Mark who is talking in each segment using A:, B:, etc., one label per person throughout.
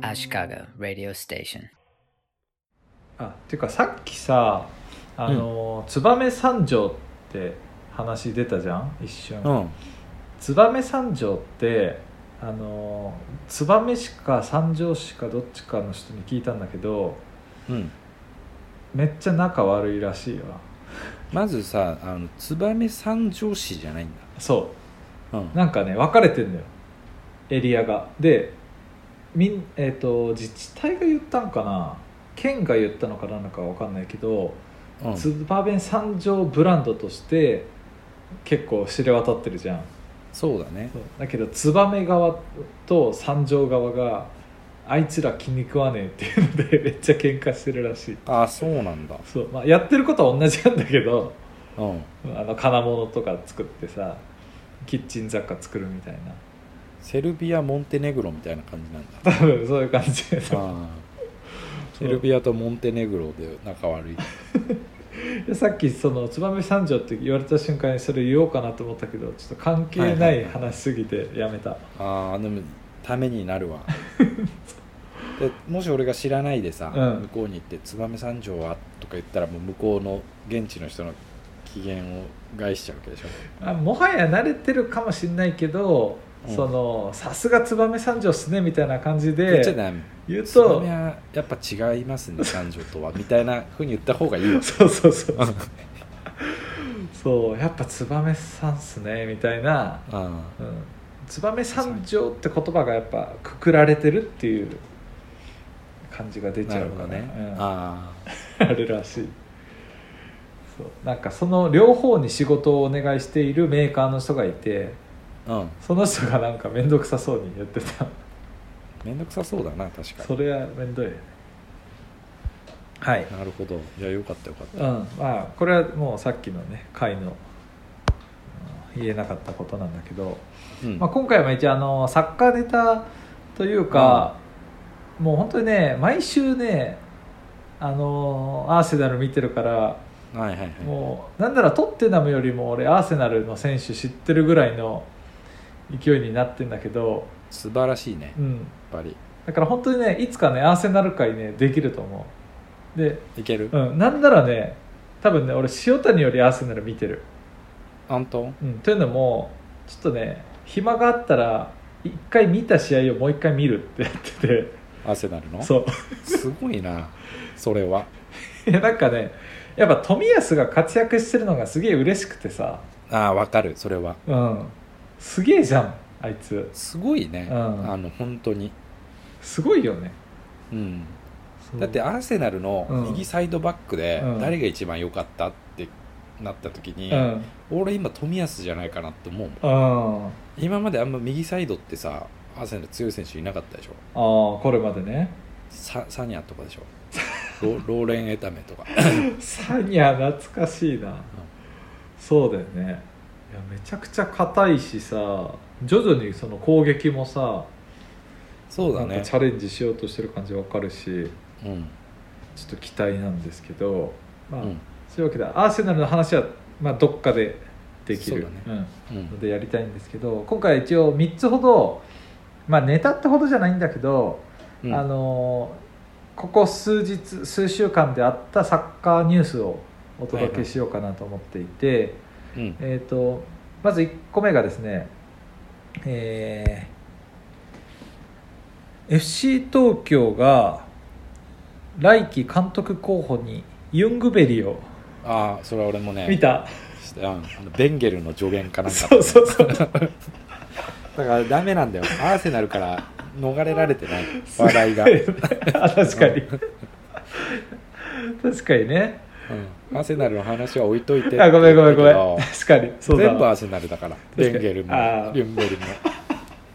A: uh, Chicago radio station.
B: あっていうかさっきさあの、燕三条って話出たじゃん一瞬、
C: うん
B: 燕三条ってあの燕市か三条市かどっちかの人に聞いたんだけど
C: うん
B: めっちゃ仲悪いらしいわ
C: まずさあの燕三条市じゃないん
B: そ
C: だうん
B: うなんかね分かれてんのよエリアがでみん、えー、と自治体が言ったんかな県が言ったのかなのか分かんないけど
C: うん
B: 燕三条ブランドとして結構知れ渡ってるじゃん
C: そうだね
B: そうだけど燕側と三条側があいつら気に食わねえっていうので めっちゃ喧嘩してるらしい
C: あそうなんだ
B: そう、まあ、やってることは同じなんだけど
C: うん
B: あの金物とか作ってさキッチン雑貨作るみたいな
C: セルビアモンテネグロみたいな感じなんだ
B: 多分そういう感じでさ
C: あーセルビアとモンテネグロで仲悪い
B: でさっきその燕三条って言われた瞬間にそれ言おうかなと思ったけどちょっと関係
C: は
B: ない
C: はい
B: い話すぎてやめた、
C: ああでもためになるわでもし俺が知らないでさ、
B: うん
C: 向こうに行って「燕三条は?」とか言ったらもう向こうの現地の人の機嫌を害しちゃうわけでしょ
B: あもはや慣れてるかもしんないけど、
C: うん
B: そのさすが燕三条っすねみたいな感じ
C: 言っちゃ
B: で
C: ダメ
B: 言うと
C: 燕はやっぱ違いますね三条とはみたいなふうに言った方がいい わ
B: そうそうそうそうやっぱ燕さんっすねみたいな、
C: あ
B: うん、燕三条って言葉がやっぱくくられてるっていう感じが出
C: ー
B: ち
C: な
B: ゃ
C: る
B: う
C: ほ
B: か
C: ど
B: ら
C: ね、
B: うんあ
C: ああ
B: るらしいそうなんかその両方に仕事をお願いしているメーカーの人がいて
C: うん
B: その人がなんか面倒くさそうに言ってた
C: 面倒くさそうだな確か
B: それは面倒いよねはい
C: になるほどいやよかったよかっ
B: うん
C: た
B: まあこれはもうさっきのね回のうん言えなかったことなんだけど、
C: うん
B: まあ、今回も一応あのサッカーネタというか、もう本当にね毎週ねあのアーセナル見てるから
C: はいはいはい
B: もうなんならトッテナムよりも俺アーセナルの選手知ってるぐらいの勢いになってんだけど、
C: 素晴らしいね
B: う
C: やっ
B: ん、
C: ぱり
B: だから本当にねいつかねアーセナル界ねできると思うで
C: いける、
B: うん、なんならね多分ね俺塩谷よりアーセナル見てる、
C: アントン
B: うん、というのもちょっとね暇があったら一回見た試合をもう一回見るってやって
C: アーセナル
B: て
C: の
B: そ
C: すごいなそれは
B: う いやなんかねやっぱ冨安が活躍してるのがすげえ嬉しくてさ、
C: ああわかるそれは
B: うん、すげえじゃんあいつ
C: すごいね、
B: うん
C: あの本当に
B: すごいよね
C: うん
B: そう
C: だってアーセナル
B: うん
C: の右サイドバックで
B: うん
C: 誰が一番良かったってなった時に、
B: うん
C: 俺今冨安じゃないかなって思うもん
B: うんあ
C: 今まであんま右サイドってさアーセナル強い選手いなかったでしょ
B: あこれまでね
C: ササニアとかでしょ ロローレン・エタメとか
B: サニア懐かしいな、そうだよねいやめちゃくちゃ硬いしさ徐々にその攻撃もさ、
C: そうだ
B: なんか
C: ね
B: チャレンジしようとしてる感じわかるし
C: うん
B: ちょっと期待なんですけど、ま
C: う
B: あ
C: ん
B: そういうわけでアーセナルの話は、まあ、どっかでできる
C: そう
B: う
C: だ
B: んの
C: うん
B: でやりたいんですけど今回一応3つほど、まあ、ネタってほどじゃないんだけど、
C: うん
B: あのーここ数日数週間であったサッカーニュースをお届けしようかなと思っていて。
C: うん
B: えー、とまず1個目がですね、えー FC 東京が来季監督候補にユングベリを
C: ああそれは俺もね
B: 見た、
C: うんあのベンゲルの助言かなんか
B: そうそう そう
C: だからダメなんだよアーセナルから逃れられて ない話題が、
B: あ確かに確かにね
C: うん、アーセナルの話は置いといて
B: あごめんごめんごめん
C: だけど
B: 確かにそうだ
C: 全部アーセナルだから
B: かに
C: ベンゲルも
B: あー
C: リュンベルも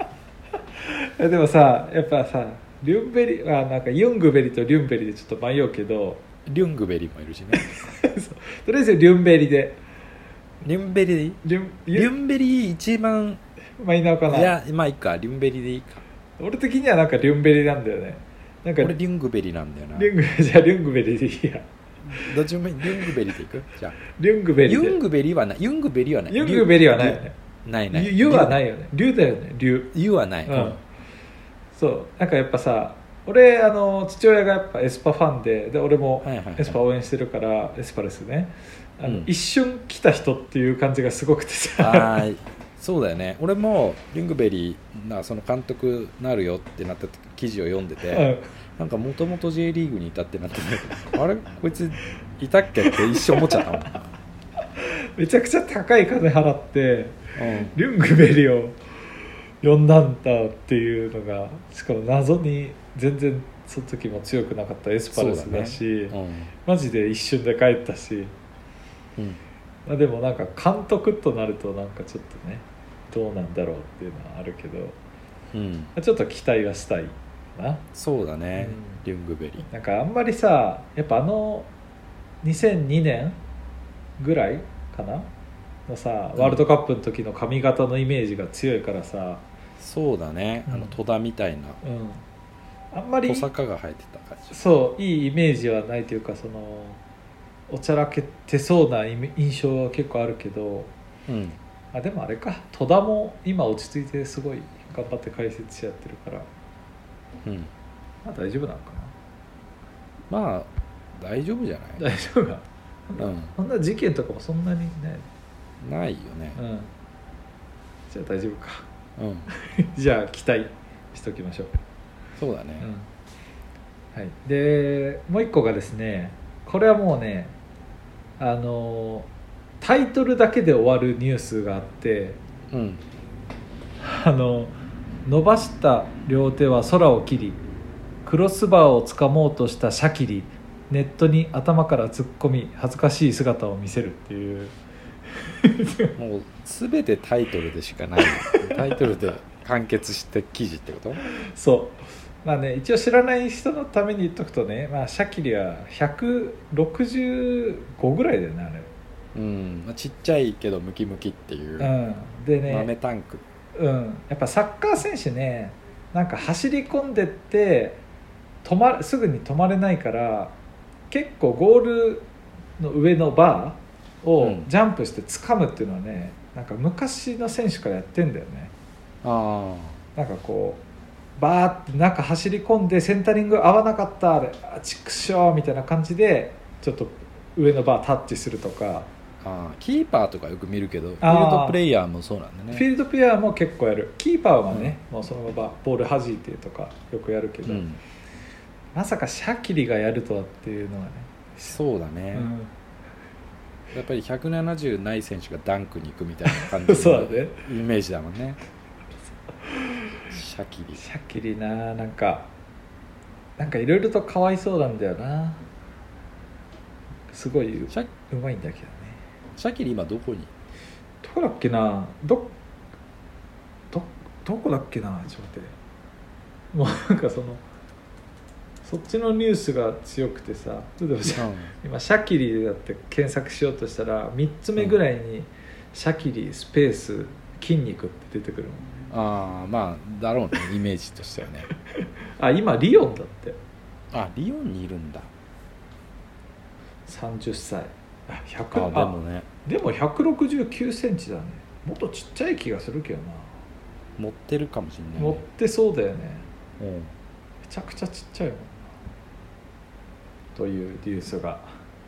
B: えでもさやっぱさリュンベリあなんかユングベリとリュンベリでちょっと迷うけど
C: リュングベリもいるしね
B: とりあえずリュンベリで
C: リュンベリ
B: リュン
C: リュンベリ一番
B: マイナーかない
C: やまあいいかリュンベリでいいか
B: 俺的にはなんかリュンベリなんだよねなんか
C: 俺リュングベリなんだよな
B: リュング じゃあリュングベリでいいや
C: どっちもいいリュングベリでいくじゃあ
B: リュングベリで
C: ユングベリはないユングベリはない
B: ユングベリはないよね
C: ないない
B: ユユはないいよねリュウだよねリュウ
C: ユはない、
B: うんそうなんかやっぱさ俺あの父親がやっぱエスパファンでで俺も
C: はいはいはい
B: エスパ応援してるから、エスパですねあの、
C: うん
B: 一瞬来た人っていう感じがすごくてさ
C: あーそうだよね俺もリングベリーなその監督なるよってなった記事を読んでて、
B: うん
C: なんかもともと J リーグにいたってなっててあれこいついたっけって一瞬思っちゃったもん、
B: めちゃくちゃ高い金払って
C: うん
B: リュングベリを呼んだんだっていうのがしかも謎に全然その時も強くなかったエスパルスだしマジで一瞬で帰ったし
C: うん
B: まあでもなんか監督となるとなんかちょっとねどうなんだろうっていうのはあるけどま
C: うん、
B: あちょっと期待はしたいかな
C: そうだね、
B: うん
C: リュングベリー
B: なんかあんまりさやっぱあの2002年ぐらいかなのさ
C: うん
B: ワールドカップの時の髪型のイメージが強いからさ、
C: そうだね、あ
B: う
C: の
B: ん
C: 戸田みたいな
B: うん、あんまり
C: 小坂が生えてた感じ
B: そういいイメージはないというかそのおちゃらけてそうなイメ印象は結構あるけど
C: うん
B: あでもあれか戸田も今落ち着いてすごい頑張って解説し合ってるから、
C: うん
B: まあ、大丈夫なのか
C: まあ大丈夫じゃ
B: な
C: ない、
B: 大丈夫か
C: うん、
B: そんな事件とかもそんなにね
C: ないよね
B: うんじゃあ大丈夫か
C: うん、
B: じゃあ期待しときましょう
C: そうだね、
B: うんはい、でもう一個がですねこれはもうねあのタイトルだけで終わるニュースがあって
C: うん、
B: あの伸ばした両手は空を切りクロスバーをつかもうとしたシャキリネットに頭から突っ込み恥ずかしい姿を見せるっていう
C: もう全てタイトルでし かないタイトルで完結して記事ってこと
B: そうまあね一応知らない人のために言っとくとね、まあ、シャキリは165ぐらいだよねあれ
C: うん、まあ、ちっちゃいけどムキムキっていう、
B: うん、でね、
C: 豆タンク
B: うん、やっぱサッカー選手ねなんか走り込んでって止まるすぐに止まれないから結構ゴールの上のバー
C: う
B: を
C: ん
B: ジャンプして掴むっていうのはねなんか昔の選手からやってんだよね
C: あ
B: なんかこうバーって中走り込んでセンタリング合わなかったあれあちくしょうみたいな感じでちょっと上のバータッチするとか、
C: ーあーキーパーとかよく見るけどフィ
B: あー
C: ールドプレイヤーもそうなんだ
B: フィー
C: ね
B: ルドプレーヤーも結構やるキーパーはね、もうそのままボール弾いてとかよくやるけ
C: う
B: ど、
C: ん
B: まさかシャキリがやるとはっていうのはね、
C: そうだね、やっぱり170ない選手がダンクに行くみたいな感
B: うん
C: じ
B: そう
C: の
B: だね
C: イメージだもんねシャキリ
B: シャキリななんかなんかいろいろとかわいそうなんだよなすごいう
C: シャ
B: まいんだけどね
C: シャキリ今どこに
B: どこだっけなどどどこだっけなちょっと待ってもうなんかそのそっちのニュースが強くてさちょっと待って今シャキリだって検索しようとしたら3つ目ぐらいに「シャキリスペース筋肉」って出てくるもん
C: ああまあだろうねイメージとしてはね
B: あ今リオンだって
C: あリオンにいるんだ
B: 30歳あ
C: あ
B: 100
C: で
B: あ
C: もね
B: でも169センチだねもっとちっちゃい気がするけどな
C: 持ってるかもしんない
B: 持っ
C: ね、
B: てそうだよね
C: うん
B: めちゃくちゃちっちゃいもんなというニュースが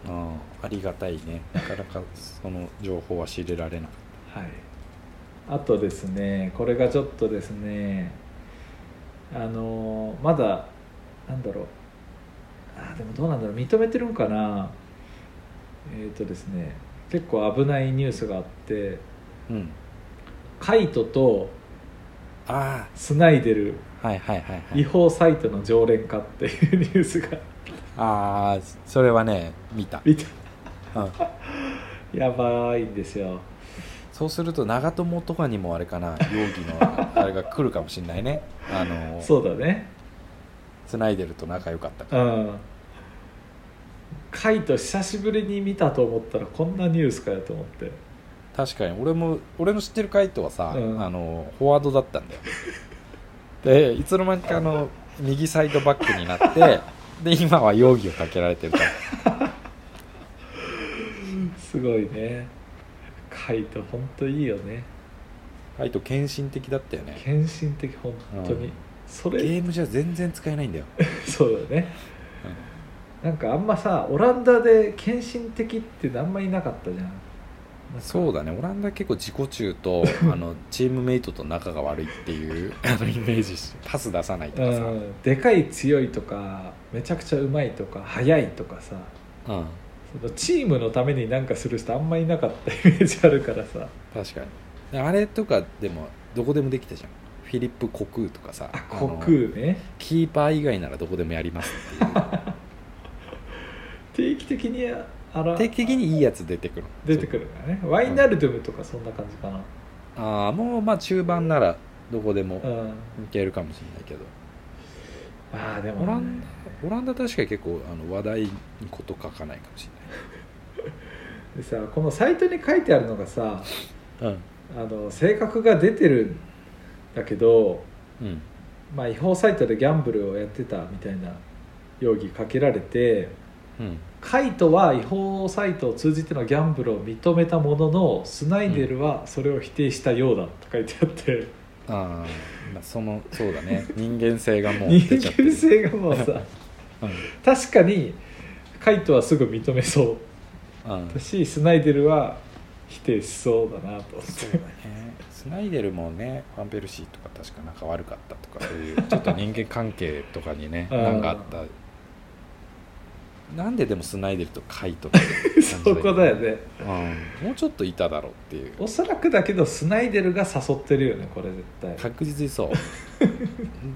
C: ああありがたいねなかなかその情報は知れられなかっ
B: はい、あとですねこれがちょっとですねあのまだなんだろうあでもどうなんだろう認めてるんかなえっ、とですね結構危ないニュースがあって
C: たうん
B: カイトと
C: あ
B: スナイデル
C: あはいはいはいは
B: 違
C: い
B: 法サイトの常連化っていうニュースが
C: ああそれはね見た、
B: 見た
C: うん、
B: やばいんですよ
C: そうすると長友とかにもあれかな容疑のあれが来るかもしれないねあの
B: そうだね
C: スナイデルと仲良かったか
B: うんカイト久しぶりに見たと思ったらこんなニュースかよと思って
C: ら確かに俺も俺の知ってるカイトはさ、
B: うん
C: あのフォワードだったん だよでいつの間にかあの右サイドバックに なってで今は容疑をかけられてるから
B: すごいねカイト本当いいよね
C: カイト献身的だったよね
B: 献身的本当に、
C: うん
B: そ
C: ゲ
B: れ
C: ームじゃ全然使えないんだよ
B: そうだね、なんかあんまさオランダで献身的ってあんまいなかったじゃん
C: そうだねオランダ結構自己中 とあのチームメイトと仲が悪いっていうあのイメージしパス出さないと
B: う
C: かさ、うん
B: んでかい強いとかめちゃくちゃうまいとか速いとかさそのチームのためになんかする人あんまいなかったイメージあるからさ
C: 確かにであれとかでもどこでもできたじゃんフィリップ・コクーとかさ
B: あ
C: あ
B: コ
C: の
B: クーね
C: キーパー以外ならどこでもやりますっていう
B: 定期的にあら
C: 定期的にいいやつ出てくる
B: 出てくるからねワイナルドゥムとかそんな感じかな
C: ああもうまあ中盤ならどこでも
B: うん、
C: いけるかもしれないけど
B: まあでも、
C: オランオランダ確かに結構あの話題にこと書かないかもし
B: でさこのサイトに書いてあるのがさ
C: れない
B: あの性格が出てるんだけど、
C: うんうん
B: まあ、違法サイトでギャンブルをやってたみたいな容疑かけられて
C: うん
B: カイトは違法サイトを通じてのギャンブルを認めたもののスナイデルはそれを否定したようだと書いてあって、
C: あー、まあそのそうだ ね人間性がもう
B: 人
C: 出ちゃってる
B: 間性がもうさ確かにカイトはすぐ認めそう
C: うんうん
B: だしスナイデルは否定しそうだなと思っ
C: そう
B: て
C: だねスナイデルもねファンペルシーとか確か仲悪かったとかそういうちょっと人間関係とかにね
B: うん
C: なんかあったなんででもスナイデルとカイトって感じ
B: そこだよね
C: うん、もうちょっといただろうっていう
B: おそらくだけどスナイデルが誘ってるよねこれ絶対
C: 確実 にそう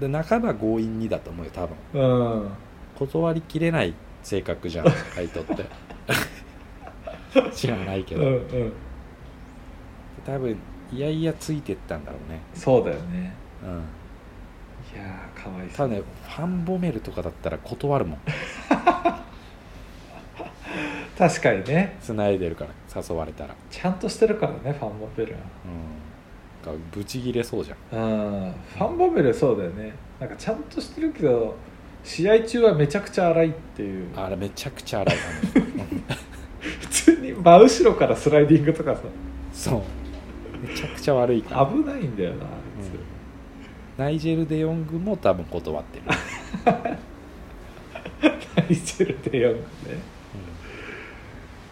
C: で半ば強引にだと思うよ多分
B: うん
C: 断りきれない性格じゃんカイトって知らないけ
B: うん
C: ど、
B: うん
C: 多分いやいやついてったんだろうね
B: そうだよね
C: うん
B: いやーかわいそ
C: た
B: う
C: だねファンボメルとかだったら断るもん
B: 確かにね
C: つないでるから誘われたら
B: ちゃんとしてるからねファンボベルは
C: うんなんかブチギレそうじゃん
B: うんファンボベルそうだよねなんかちゃんとしてるけど試合中はめちゃくちゃ荒いっていう
C: あれめちゃくちゃ荒いあの人うん
B: 普通に真後ろからスライディングとか
C: そうめちゃくちゃ悪いから
B: さ危ないんだよなあいつ、
C: うんナイジェル・デヨングも多分断ってる、
B: ナイジェル・デヨングね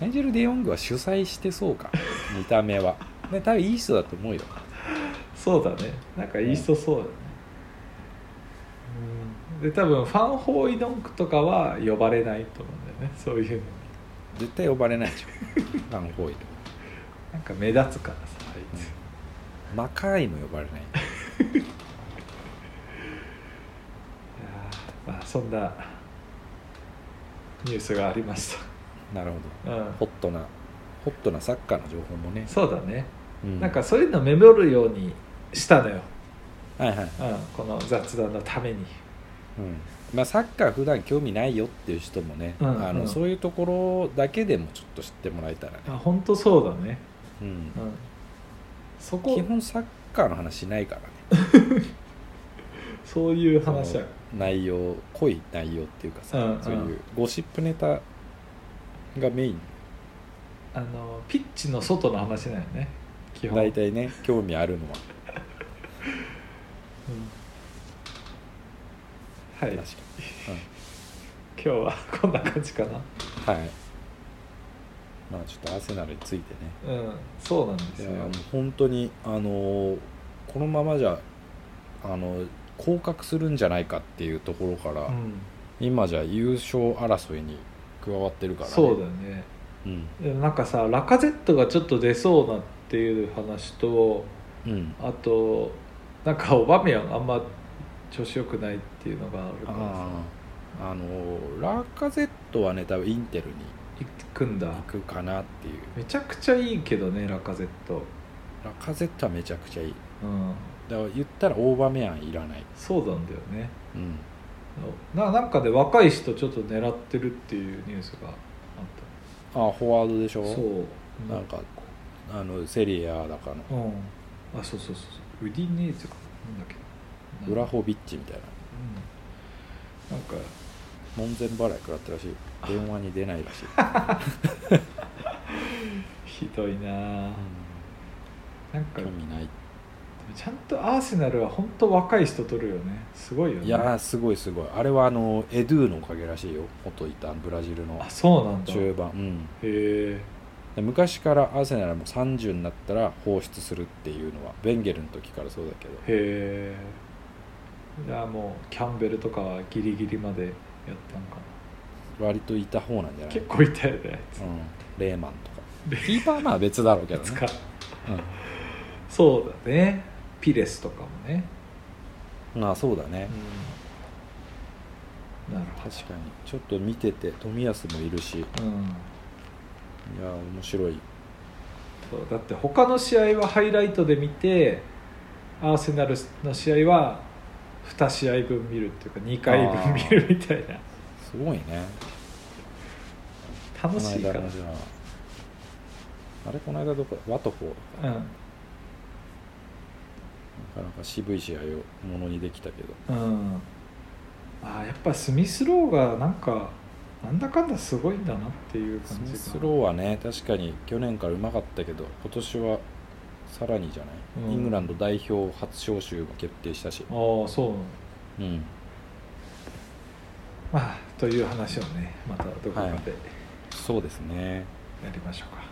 C: ナイジェル・デヨングは主催してそうか見た目はね多分いい人だと思うよ
B: そうだねなんかいい人そうだね、うん、で多分ファンホーイドンクとかは呼ばれないと思うんだよねそういうのに
C: 絶対呼ばれないでしょファンホイール
B: なんか目立つからさあいつ、
C: マカイも呼ばれない
B: いやーまあそんなニュースがありまし
C: なるほ
B: た、うん
C: ど、ホットなホットなサッカーの情報もね、
B: そうだね、
C: う
B: なんかそういうのメモるようにしたのよ、
C: はいはい、
B: うん、この雑談のために
C: うんまあ、サッカー普段興味ないよっていう人もね、
B: うん
C: あ
B: う
C: の
B: ん
C: そういうところだけでもちょっと知ってもらえたらね、
B: あ本当そうだね、
C: うん
B: うん、そこ
C: 基本サッカーの話しないからね
B: そういう話は
C: その内容濃い内容っていうかさ、
B: うんうん
C: そういうゴシップネタがメイン
B: あのピッチの外の話だよね基本
C: 大体ね興味あるのは
B: うんはい
C: 確
B: 今
C: か
B: 日はこんな感じかな
C: に、はいまあちょっとアーセナルについてね
B: うんそうなんです
C: いや
B: よ
C: もう本当にあのーこのままじゃあの降格するんじゃないかっていうところから、
B: うん
C: 今じゃ優勝争いに加わってるから、ね、
B: そうだよね
C: うん
B: でもなんかさラカゼットがちょっと出そうなっていう話と
C: うん
B: あとなんかオバメヤンあんま調子良くないっていうのがあるからさ
C: あーあのーラカゼットはね多分インテルに
B: 行くんだ
C: 行くかなっていう
B: めちゃくちゃいいけどねラカゼット
C: ラカゼットはめちゃくちゃいい
B: うん
C: だから言ったらオーバーメアンいらない、
B: そうなんだよね
C: うん、
B: ななんかで若い人ちょっと狙ってるっていうニュースがあっ
C: あフォワードでしたょ
B: そう
C: なんかあのセリアだかの
B: うんあそうそうそうそうウディネーゼかなんだっけ
C: ブラ
B: うん
C: ホビッチみたいな
B: なんか
C: 門前払い食らったらしい電話に出ないらしい、
B: ひどいなあなんか
C: 興味ない
B: ねちゃんとアーセナルは本当若い人取るよねすごいよね
C: いやーすごいすごいあれはあのエドゥのおかげらしいよ元いたブラジルの
B: あそうなんだ
C: 中
B: へ
C: 盤、うん、
B: え
C: で昔からアーセナルも30になったら放出するっていうのはベンゲルの時からそうだけど
B: へえいやもうキャンベルとかはギリギリまでやったのか
C: 割といた方なんじ
B: な
C: ゃない
B: 結構いたよね
C: うん、レーマンとかキーパーはまあ別だろうけど
B: いつ
C: ね
B: か、そうだねピレスとかもね、
C: うん、まあそうだね
B: うん、なるほ
C: 確かにちょっと見てて冨安もいるしいや
B: ど、うん、
C: ー面白い
B: そうだって他の試合はハイライトで見てアーセナルの試合は2試合分見るっていうか2回
C: あ
B: 分
C: ー
B: 見るみたいな
C: すごいね
B: 楽しいから
C: この間のじゃああれこの間どこワトフォー
B: うん
C: なかなか渋い試合をものにできたけど
B: うん、あーやっぱスミスローがなんかなんだかんだすごいんだなっていう
C: ス
B: 感
C: ミ
B: じが
C: スローはね確かに去年からうまかったけど今年はさらにじゃない、
B: うん
C: イングランド代表初招集も決定したし、
B: ああそうなの
C: うん、
B: まあという話をねまたどこか
C: はい
B: で
C: そうですね
B: やりましょうか、